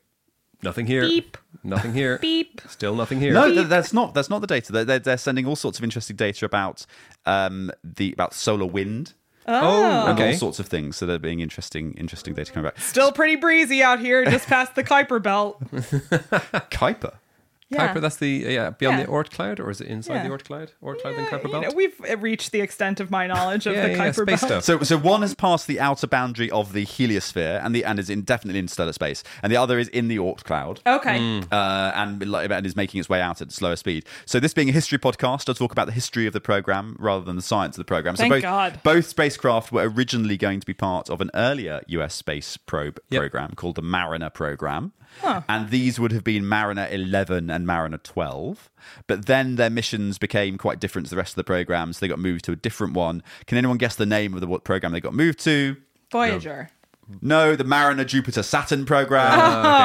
nothing here,
Beep.
nothing here,
Beep.
still nothing here.
No, th- that's not that's not the data. They're, they're, they're sending all sorts of interesting data about um, the about solar wind
oh,
and
okay.
all sorts of things. So they're being interesting interesting data coming back.
Still pretty breezy out here, just past the Kuiper Belt.
Kuiper.
Yeah.
Kuiper, that's the uh, yeah beyond
Yeah.
the Oort cloud, or is it inside
Yeah.
the Oort cloud? Oort cloud, then
You
Kuiper
know,
belt.
we've reached the extent of my knowledge of
Yeah,
the
yeah,
Kuiper
space stuff.
Belt.
So, so one has passed the outer boundary of the heliosphere and the and is indefinitely in stellar space, and the other is in the Oort cloud.
Okay.
Mm,
uh, and, like- and is making its way out at slower speed. So this being a history podcast, I'll talk about the history of the program rather than the science of the program.
Thank
so both,
God.
both spacecraft were originally going to be part of an earlier U.S. space probe
Yep.
program called the Mariner program, and these would have been Mariner 11 and Mariner 12. But then their missions became quite different to the rest of the programs. they got moved to a different one. Can anyone guess the name of the what program they got moved to?
Voyager.
No, the Mariner Jupiter Saturn program.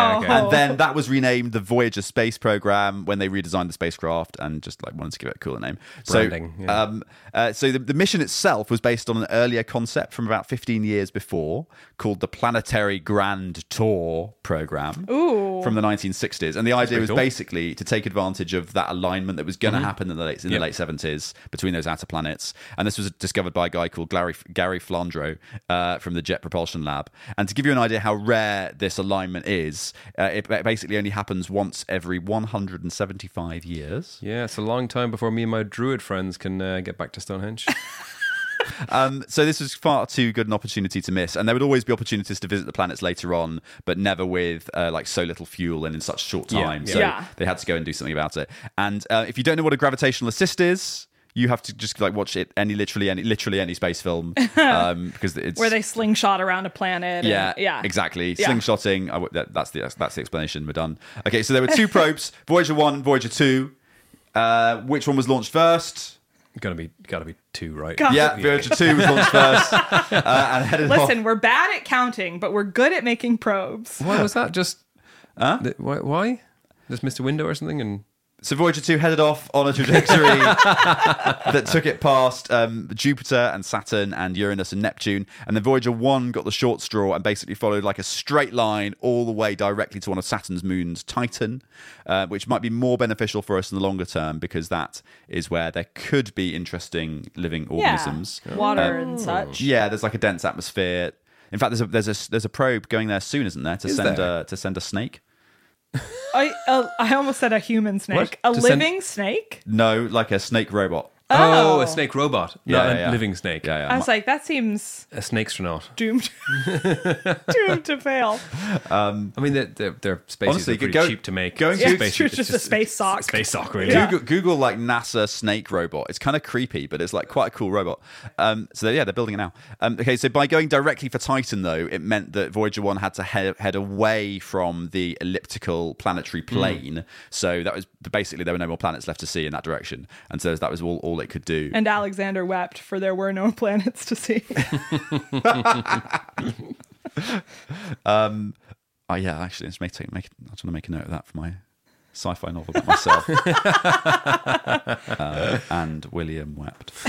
Oh, okay, okay.
And then that was renamed the Voyager Space Program when they redesigned the spacecraft and just like wanted to give it a cooler name.
Branding,
so,
yeah.
um, uh, so the, the mission itself was based on an earlier concept from about 15 years before called the Planetary Grand Tour Program from the 1960s. And the idea was
cool.
basically to take advantage of that alignment that was going to happen in the late in
Yep.
the late 70s between those outer planets. And this was discovered by a guy called Gary, Gary Flandreau uh, from the Jet Propulsion Lab. And to give you an idea how rare this alignment is, uh, it ba- basically only happens once every 175 years.
Yeah, it's a long time before me and my druid friends can uh, get back to Stonehenge.
Um, so this was far too good an opportunity to miss. And there would always be opportunities to visit the planets later on, but never with uh, like so little fuel and in such short
Yeah,
time.
yeah.
So
Yeah.
they had to go and do something about it. And uh, if you don't know what a gravitational assist is, you have to just like watch it any literally any literally any space film um, because it's
Where they slingshot around a planet. and-
yeah,
yeah.
exactly.
Yeah.
Slingshotting. I w- that, that's the that's the explanation. We're done. Okay, so there were two probes: Voyager One, Voyager Two. Uh, which one was launched first?
Gonna be, gotta be two, right?
God.
Yeah, Voyager 2 was launched first uh, and headed off.
Listen, we're bad at counting, but we're good at making probes.
Why was that? Just Th- why, why? Just missed a window or something, and
So Voyager 2 headed off on a trajectory that took it past um, Jupiter and Saturn and Uranus and Neptune. And then Voyager 1 got the short straw and basically followed like a straight line all the way directly to one of Saturn's moons, Titan, uh, which might be more beneficial for us in the longer term because that is where there could be interesting living organisms.
Yeah. Water and such.
Uh, Yeah, there's like a dense atmosphere. In fact, there's a there's a there's a probe going there soon, isn't there? To send
there?
a to send a snake.
I uh, I almost said a human snake. A
To send-
living snake?
No, like a snake robot.
oh, a snake robot, not
Yeah,
a
yeah.
living snake,
Yeah, yeah.
I was like, that seems
a snake astronaut.
doomed doomed to fail.
I mean, their their, their spaces
Honestly,
are pretty
go-
cheap to make.
going
It's
to-
space-
It's just a space sock.
space sock, really.
Yeah.
Google, Google like NASA snake robot. It's kind of creepy, but it's like quite a cool robot. Um, so yeah, they're building it now. Um, okay, so by going directly for Titan, though, it meant that Voyager One had to head, head away from the elliptical planetary
Hmm.
plane. So that was basically there were no more planets left to see in that direction, and so that was all, all it could do.
And Alexander wept, for there were no planets to see.
oh yeah, actually, let's make, take, make I just want to make a note of that for my sci-fi novel about myself. Uh, and William wept.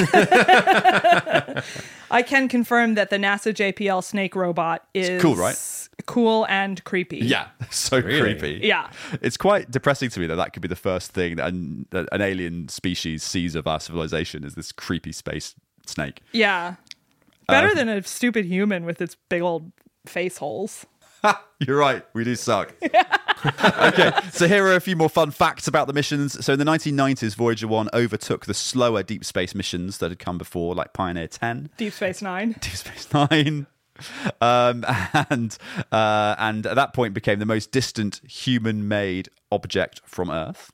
I can confirm that the NASA JPL snake robot is
cool, right?
Cool and creepy.
Yeah, so creepy.
Yeah.
It's quite depressing to me that that could be the first thing that an, that an alien species sees of our civilization is this creepy space snake.
Yeah.
Uh,
Better than a stupid human with its big old face holes.
You're right, we do suck. okay, so here are a few more fun facts about the missions. So in the 1990s, Voyager 1 overtook the slower deep space missions that had come before, like Pioneer 10.
Deep Space Nine.
Deep Space Nine. Um, and uh, and at that point became the most distant human-made object from Earth,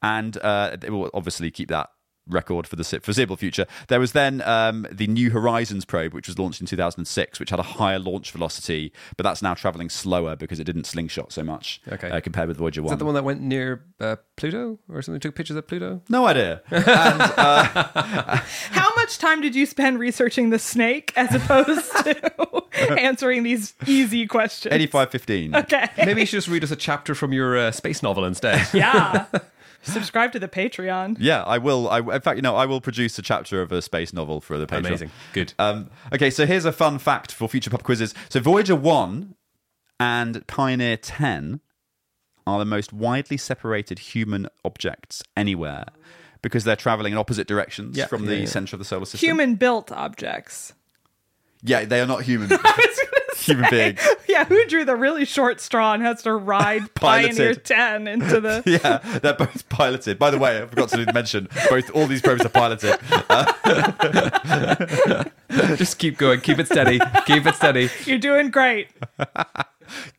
and uh, it will obviously keep that record for the si- foreseeable future. There was then um, the New Horizons probe, which was launched in 2006, which had a higher launch velocity, but that's now traveling slower because it didn't slingshot so much
Okay.
uh, compared with Voyager
Is
One.
that the one that went near uh, Pluto or something? Took pictures of Pluto.
no idea.
How much time did you spend researching the snake as opposed to answering these easy questions?
8515.
Okay.
Maybe you should just read us a chapter from your uh, space novel instead.
Yeah. Subscribe to the Patreon.
Yeah, I will. I, in fact, you know, I will produce a chapter of a space novel for the Patreon.
Amazing. Good. Uh,
Um, okay, so here's a fun fact for future pop quizzes. So Voyager 1 and Pioneer 10 are the most widely separated human objects anywhere because they're traveling in opposite directions
Yeah.
from
Yeah,
the
yeah.
center of the solar system.
Human built objects.
Yeah, they are not human.
I was gonna say-
human beings.
Yeah, who drew the really short straw and has to ride
Piloted.
Pioneer 10 into the.
Yeah, they're both piloted. By the way, I forgot to mention both. All these probes are piloted.
just keep going. Keep it steady. Keep it steady.
You're doing great.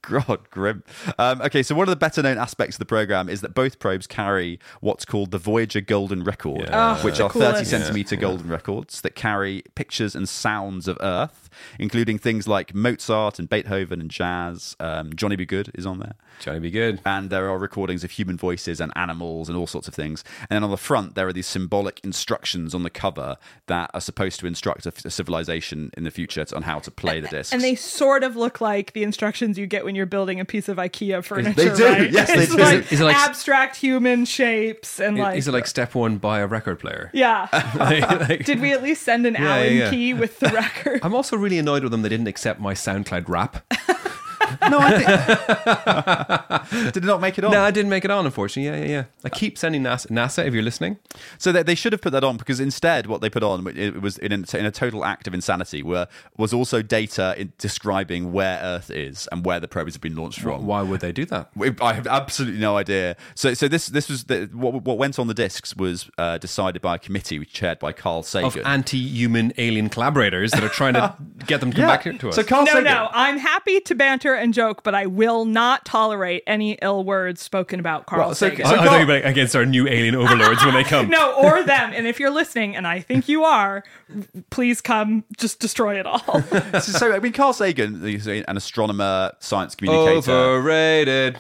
God, grim. Um, okay, so one of the better known aspects of the program is that both probes carry what's called the Voyager Golden Record,
Ah,
which are 30
coolest.
centimeter golden records that carry pictures and sounds of Earth, including things like Mozart and Beethoven and jazz. Um, Johnny B. Good is on there.
Johnny, be good.
And there are recordings of human voices and animals and all sorts of things. And then on the front, there are these symbolic instructions on the cover that are supposed to instruct a, a civilization in the future on how to play the discs.
And they sort of look like the instructions you get when you're building a piece of IKEA furniture.
do.
right?
Yes, they
It's
do.
Like
Is it- is it like-
abstract human shapes and like.
Is it like step one? Buy a record player.
yeah.
Like-
Did we at least send an
Yeah,
Allen
yeah, yeah.
key with the record?
I'm also really annoyed with them. They didn't accept my SoundCloud rap.
no, I think. Did it not make it on?
No, I didn't make it on, unfortunately. Yeah, yeah, yeah. I keep sending NASA. NASA, if you're listening,
So they, they should have put that on because instead, what they put on it was in a, in a total act of insanity, where was also data in describing where Earth is and where the probes have been launched from.
why would they do that?
I have absolutely no idea. So, so this this was the, what what went on the discs was uh, decided by a committee chaired by Carl
Of
Sagan.
anti-human alien collaborators that are trying to get them to come
Yeah.
back here to us.
So Carl
no,
Sagan.
no. I'm happy to banter and joke, but I will not tolerate any ill words spoken about Carl
so,
Sagan.
I, I thought you meant against our new alien overlords when they come.
no, or them. And if you're listening, and I think you are, please come just destroy it all.
so, so, I mean, Carl Sagan, he's an astronomer, science communicator.
Overrated.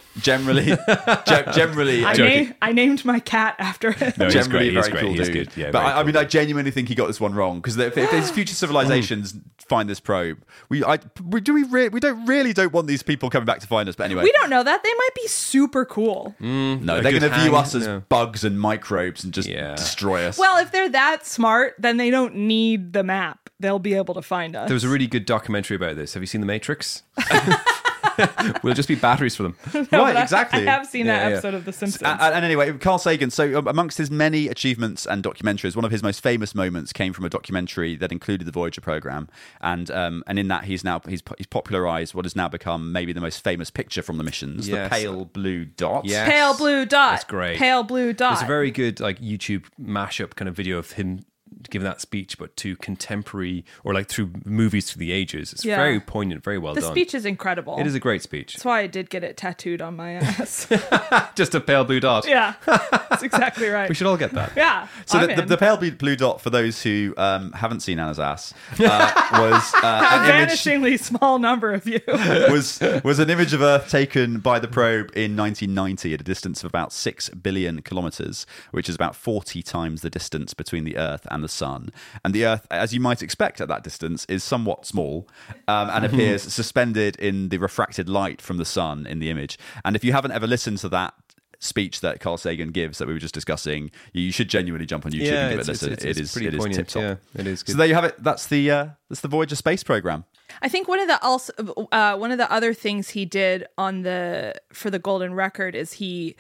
Generally, ge- generally,
I, na- I named my cat after him.
No, he's
generally
great. He's
very
great.
cool
He's
dude.
good. Yeah,
but
very
I, I mean, I genuinely think he got this one wrong because if, if these future civilizations find this probe, we, I, we do we re- we don't really don't want these people coming back to find us. But anyway,
We don't know that. They might be super cool.
No,
A
they're
good
going to view
hang,
us as
no.
bugs and microbes and just
Yeah.
destroy us.
Well, if they're that smart, then they don't need the map. They'll be able to find us.
There was a really good documentary about this. Have you seen The Matrix? we'll just be batteries for them.
No,
right,
but I-
exactly.
I have seen
Yeah,
that
yeah.
episode of The Simpsons.
And, and anyway, Carl Sagan. So, um, amongst his many achievements and documentaries, one of his most famous moments came from a documentary that included the Voyager program, and um, and in that he's now he's, he's popularized what has now become maybe the most famous picture from the missions,
Yes.
the pale blue dot.
Yeah.
Pale blue dot.
That's great.
Pale blue dot.
There's a very good like YouTube mashup kind of video of him giving that speech, but to contemporary or like through movies through the ages. It's
Yeah.
very poignant, very well
the
done.
speech is incredible.
it is a great speech.
That's why I did get it tattooed on my ass.
Just a pale blue dot.
yeah, that's exactly right.
We should all get that.
yeah.
So
I'm
the, the,
in.
the pale blue- blue dot, for those who um, haven't seen Anna's ass, uh, was uh,
a
an image-
vanishingly small number of you.
was was an image of Earth taken by the probe in 1990 at a distance of about six billion kilometers, which is about 40 times the distance between the Earth and the Sun. And the Earth, as you might expect at that distance, is somewhat small um, and
Hmm.
appears suspended in the refracted light from the Sun in the image. And if you haven't ever listened to that. Speech that Carl Sagan gives that we were just discussing, you should genuinely jump on YouTube
Yeah,
and give it
it's-
a listen.
it's- it's
it is
pretty
it is
poignant,
tip top.
yeah. It is
So
good.
there you have it. That's the uh, that's the Voyager space program.
I think one of the also uh, one of the other things he did on the for the golden record is he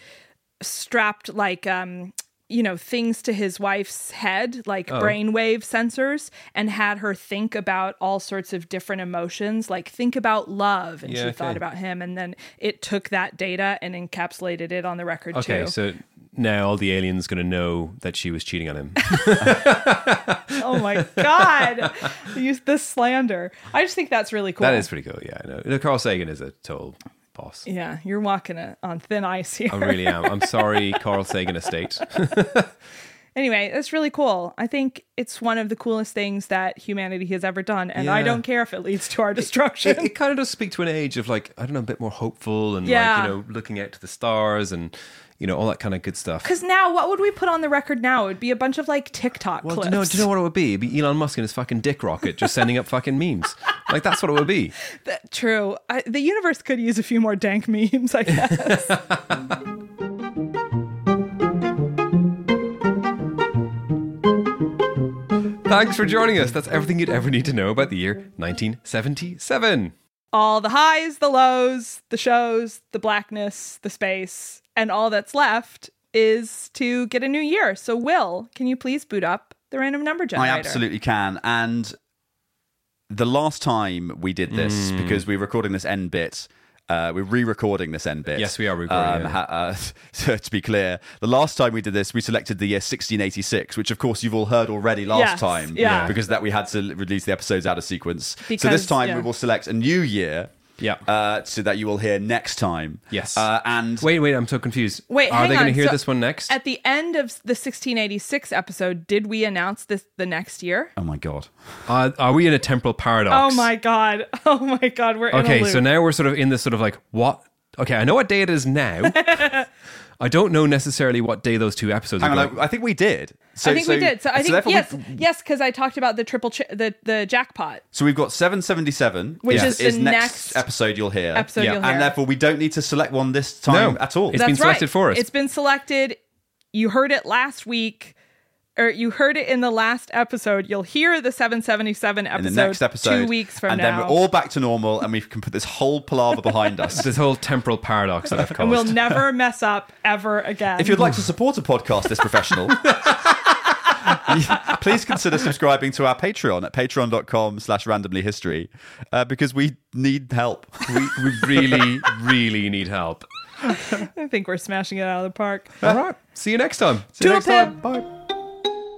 strapped like um you know things to his wife's head like brainwave sensors and had her think about all sorts of different emotions like think about love and
Yeah,
she
okay.
thought about him and then it took that data and encapsulated it on the record
Okay,
too
so now all the aliens going to know that she was cheating on him.
oh my god you this slander i just think that's really cool
That is pretty cool. Yeah, I know. No, Carl Sagan is a total boss.
yeah you're walking a, on thin ice here
I really am. I'm sorry, Carl Sagan estate.
Anyway, that's really cool. I think it's one of the coolest things that humanity has ever done, and I
Yeah.
don't care if it leads to our destruction.
It, it kind of does speak to an age of like I don't know, a bit more hopeful and
Yeah.
like you know, looking out to the stars and you know all that kind of good stuff.
Because now, what would we put on the record now? It would be a bunch of like TikTok
well, do
clips.
you, know, do you know what it would be? It'd be Elon Musk and his fucking dick rocket just sending up fucking memes. Like that's what it would be.
Th- True. I, the universe could use a few more dank memes, I guess.
Thanks for joining us. That's everything you'd ever need to know about the year 1977.
all the highs, the lows, the shows, the blackness, the space, and all that's left is to get a new year. So, Will, can you please boot up the random number generator?
I absolutely can. And the last time we did this,
Mm.
because we're recording this end bit, uh, we're re-recording this end bit.
Yes, we are recording, yeah.
ha- uh, so to be clear, the last time we did this, we selected the year 1686, which of course you've all heard already last
Yes,
time,
yeah.
because that we had to release the episodes out of sequence. so
Because-
this time
yeah.
we will select a new year.
Yeah.
Uh, so that you will hear next time.
Yes.
Uh, and
Wait, wait, I'm so confused.
Wait,
are
hang
they to
on.
hear
So
this one next?
At the end of the 1686 episode, did we announce this the next year?
oh my god.
Uh, are we in a temporal paradox?
Oh my god! Oh my god! We're In
Okay,
a loop.
so now we're sort of in this sort of like what? Okay, I know what day it is now. I don't know necessarily what day those two episodes
Hang
are.
on, I, I think we did. So,
I think we did. So I think
therefore we-
yes, yes, because I talked about the triple ch- the the jackpot.
So we've got 777,
Which
which
Yeah.
is,
is the
next,
next
episode you'll hear.
episode
Yeah.
you'll hear.
And therefore, we don't need to select one this time
No.
at all.
It's- been selected for us.
It's been selected. You heard it last week, or you heard it in the last episode. You'll hear the 777 episode,
in the next episode.
two weeks from
and
now.
then we're all back to normal and we can put this whole palaver behind us.
this whole temporal paradox that I've caused.
We'll never mess up ever again.
if you'd like to support a podcast this professional, please consider subscribing to our Patreon at patreon.com slash randomly history uh, because we need help.
we, we really, really need help.
I think we're smashing it out of the park.
All right. See you next time.
See you
Toodle
next time. Bye.